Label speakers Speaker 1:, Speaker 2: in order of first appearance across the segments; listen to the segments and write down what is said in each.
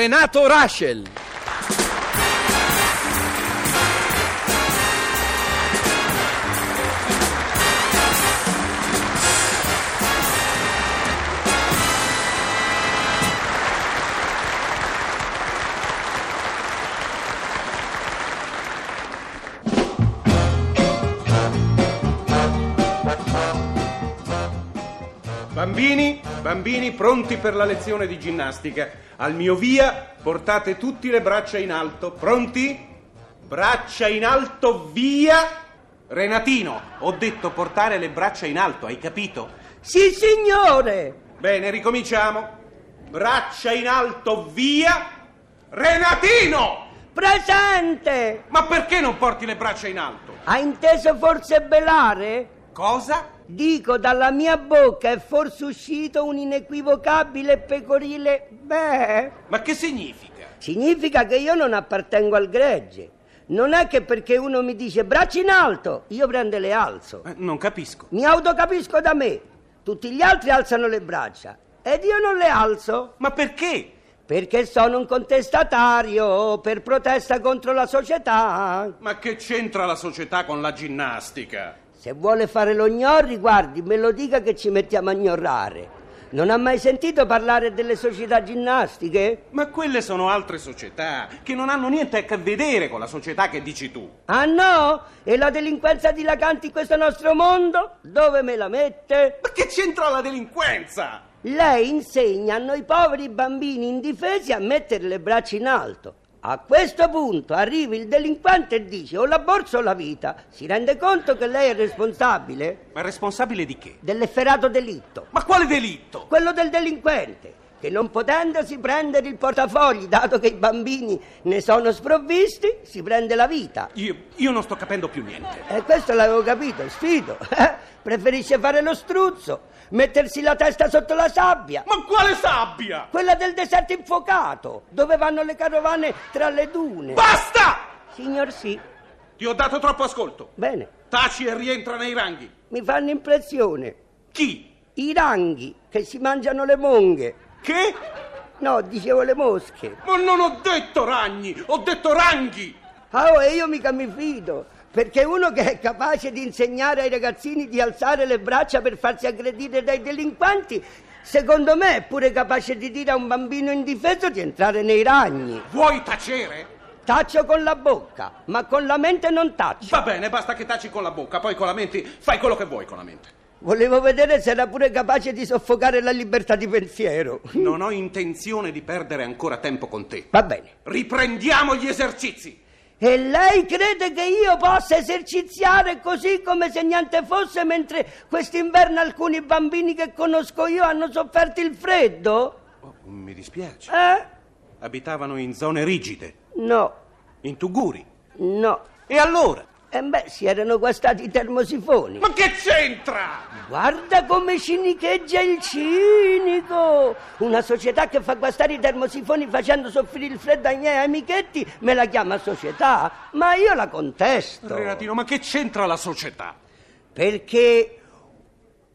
Speaker 1: Renato Raschel.
Speaker 2: Bambini, bambini pronti per la lezione di ginnastica. Al mio via portate tutti le braccia in alto. Pronti? Braccia in alto, via! Renatino, ho detto portare le braccia in alto, hai capito?
Speaker 3: Sì, signore!
Speaker 2: Bene, ricominciamo. Braccia in alto, via! Renatino!
Speaker 3: Presente!
Speaker 2: Ma perché non porti le braccia in alto?
Speaker 3: Ha inteso forse belare?
Speaker 2: Cosa?
Speaker 3: Dico, dalla mia bocca è forse uscito un inequivocabile e pecorile beh.
Speaker 2: Ma che significa?
Speaker 3: Significa che io non appartengo al gregge. Non è che perché uno mi dice braccia in alto, io prendo e le alzo.
Speaker 2: Eh, non capisco.
Speaker 3: Mi autocapisco da me. Tutti gli altri alzano le braccia ed io non le alzo
Speaker 2: Ma perché?
Speaker 3: perché sono un contestatario per protesta contro la società.
Speaker 2: Ma che c'entra la società con la ginnastica?
Speaker 3: Se vuole fare lo gnorri, guardi, me lo dica che ci mettiamo a gnorrare. Non ha mai sentito parlare delle società ginnastiche?
Speaker 2: Ma quelle sono altre società che non hanno niente a che vedere con la società che dici tu.
Speaker 3: Ah no? E la delinquenza dilagante in questo nostro mondo? Dove me la mette?
Speaker 2: Ma che c'entra la delinquenza?
Speaker 3: Lei insegna a noi poveri bambini indifesi a mettere le braccia in alto. A questo punto arriva il delinquente e dice o la borsa o la vita. Si rende conto che lei è responsabile
Speaker 2: Ma è responsabile di che?
Speaker 3: dell'efferato delitto.
Speaker 2: Ma quale delitto?
Speaker 3: quello del delinquente, che non potendosi prendere il portafogli, dato che i bambini ne sono sprovvisti, si prende la vita.
Speaker 2: Io, io non sto capendo più niente.
Speaker 3: E questo l'avevo capito, sfido. eh? Preferisce fare lo struzzo, mettersi la testa sotto la sabbia.
Speaker 2: Ma quale sabbia?
Speaker 3: Quella del deserto infuocato, dove vanno le carovane tra le dune.
Speaker 2: Basta!
Speaker 3: Signor sì,
Speaker 2: Ti ho dato troppo ascolto.
Speaker 3: bene,
Speaker 2: Taci e rientra nei ranghi.
Speaker 3: mi fanno impressione.
Speaker 2: Chi?
Speaker 3: I ranghi che si mangiano le monghe.
Speaker 2: Che?
Speaker 3: No, dicevo le mosche.
Speaker 2: Ma non ho detto ragni, ho detto ranghi!
Speaker 3: Ah, oh, e io mica mi fido, perché uno che è capace di insegnare ai ragazzini di alzare le braccia per farsi aggredire dai delinquenti, secondo me è pure capace di dire a un bambino indifeso di entrare nei ragni.
Speaker 2: Vuoi tacere?
Speaker 3: Taccio con la bocca, ma con la mente non taccio.
Speaker 2: Va bene, basta che taci con la bocca, poi con la mente fai quello che vuoi con la mente.
Speaker 3: Volevo vedere se era pure capace di soffocare la libertà di pensiero.
Speaker 2: Non ho intenzione di perdere ancora tempo con te.
Speaker 3: Va bene.
Speaker 2: Riprendiamo gli esercizi.
Speaker 3: E lei crede che io possa eserciziare così come se niente fosse mentre quest'inverno alcuni bambini che conosco io hanno sofferto il freddo?
Speaker 2: Oh, mi dispiace.
Speaker 3: Eh?
Speaker 2: Abitavano in zone rigide,
Speaker 3: No,
Speaker 2: in Tuguri.
Speaker 3: no.
Speaker 2: E allora?
Speaker 3: E beh, si erano guastati i termosifoni.
Speaker 2: Ma che c'entra?
Speaker 3: Guarda come cinicheggia il cinico! Una società che fa guastare i termosifoni facendo soffrire il freddo ai miei amichetti me la chiama società, ma io la contesto.
Speaker 2: Renatino, ma che c'entra la società?
Speaker 3: Perché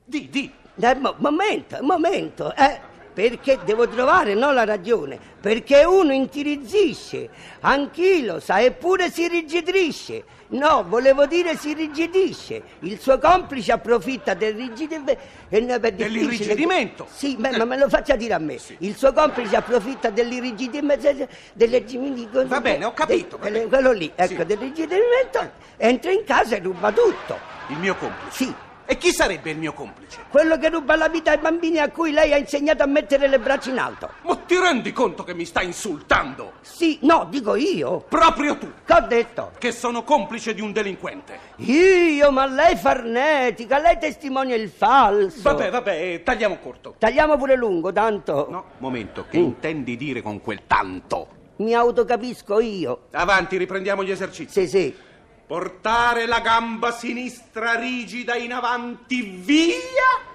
Speaker 2: Di, di.
Speaker 3: Dai, mo- momento, momento, eh. Perché devo trovare no, la ragione? Perché uno intirizzisce, anchilosa eppure si rigidisce. No, volevo dire si rigidisce. Il suo complice approfitta del eh, rigidimento.
Speaker 2: Dell'irrigidimento. Eh.
Speaker 3: Sì, ma, ma me lo faccia dire a me. Il suo complice approfitta dell'irrigidimento. Delle,
Speaker 2: Va bene, ho capito, va
Speaker 3: Quello,
Speaker 2: bene.
Speaker 3: lì, ecco,
Speaker 2: Sì. Eh.
Speaker 3: del rigidimento. Entra in casa e ruba tutto.
Speaker 2: Il mio complice.
Speaker 3: Sì,
Speaker 2: E chi sarebbe il mio complice?
Speaker 3: quello che ruba la vita ai bambini a cui lei ha insegnato a mettere le braccia in alto.
Speaker 2: Ma ti rendi conto che mi sta insultando?
Speaker 3: Sì, no, dico io.
Speaker 2: Proprio tu,
Speaker 3: Che ho detto?
Speaker 2: che sono complice di un delinquente.
Speaker 3: Io, ma lei farnetica, lei testimonia il falso.
Speaker 2: Vabbè, vabbè, eh, tagliamo corto. Mm.
Speaker 3: Tagliamo pure lungo, tanto
Speaker 2: No, momento, che intendi dire con quel tanto?
Speaker 3: mi autocapisco io.
Speaker 2: Avanti, riprendiamo gli esercizi.
Speaker 3: Sì, sì.
Speaker 2: Portare la gamba sinistra rigida in avanti, via!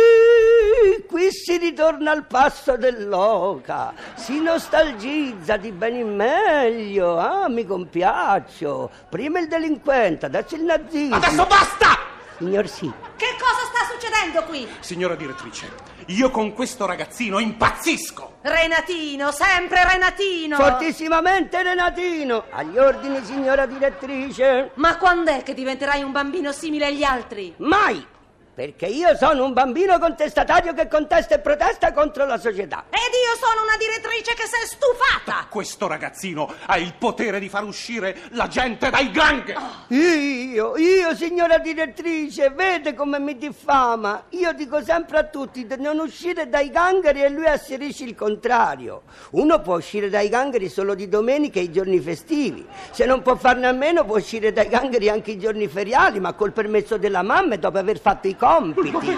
Speaker 3: Ih, qui si ritorna al passo dell'oca, si nostalgizza di ben in meglio, ah, mi compiaccio. Prima il delinquente, adesso il nazismo.
Speaker 2: Adesso basta!
Speaker 3: Signor sì,
Speaker 4: Che cosa sta succedendo qui?
Speaker 2: Signora direttrice, Io con questo ragazzino impazzisco!
Speaker 1: Renatino, sempre Renatino!
Speaker 3: Fortissimamente Renatino! Agli ordini, signora direttrice!
Speaker 1: Ma quando è che diventerai un bambino simile agli altri?
Speaker 3: Mai! Perché io sono un bambino contestatario che contesta e protesta contro la società.
Speaker 1: Ed io sono una direttrice che si è stufata!
Speaker 2: Questo ragazzino ha il potere di far uscire la gente dai gang!
Speaker 3: Ah. Io, io, signora direttrice, vede come mi diffama. Io dico sempre a tutti di non uscire dai gangheri e lui asserisce il contrario. Uno può uscire dai gangheri solo di domenica e i giorni festivi. Se non può farne a meno può uscire dai gangheri anche i giorni feriali, ma col permesso della mamma e dopo aver fatto i
Speaker 2: Lo
Speaker 3: compiti.
Speaker 2: vede,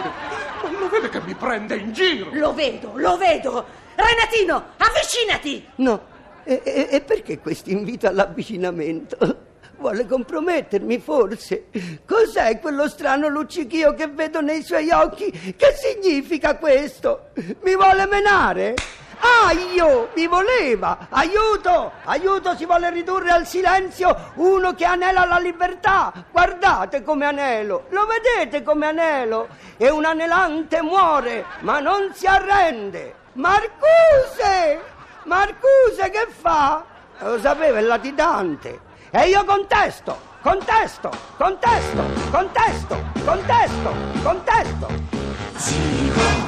Speaker 2: ma lo vede che mi prende in giro!
Speaker 1: Lo vedo, lo vedo! Renatino, avvicinati!
Speaker 3: No, e, e- e perché questo invito all'avvicinamento? Vuole compromettermi, forse? Cos'è quello strano luccichio che vedo nei suoi occhi? Che significa questo? Mi vuole menare? Aio, mi voleva! Aiuto! Aiuto, si vuole ridurre al silenzio uno che anela la libertà! Guardate come anelo! Lo vedete come anelo? E un anelante muore, ma non si arrende! Marcuse! Marcuse che fa? Eh, Lo sapeva, è latitante. E io contesto, contesto, contesto, contesto, contesto, contesto.
Speaker 4: Zero.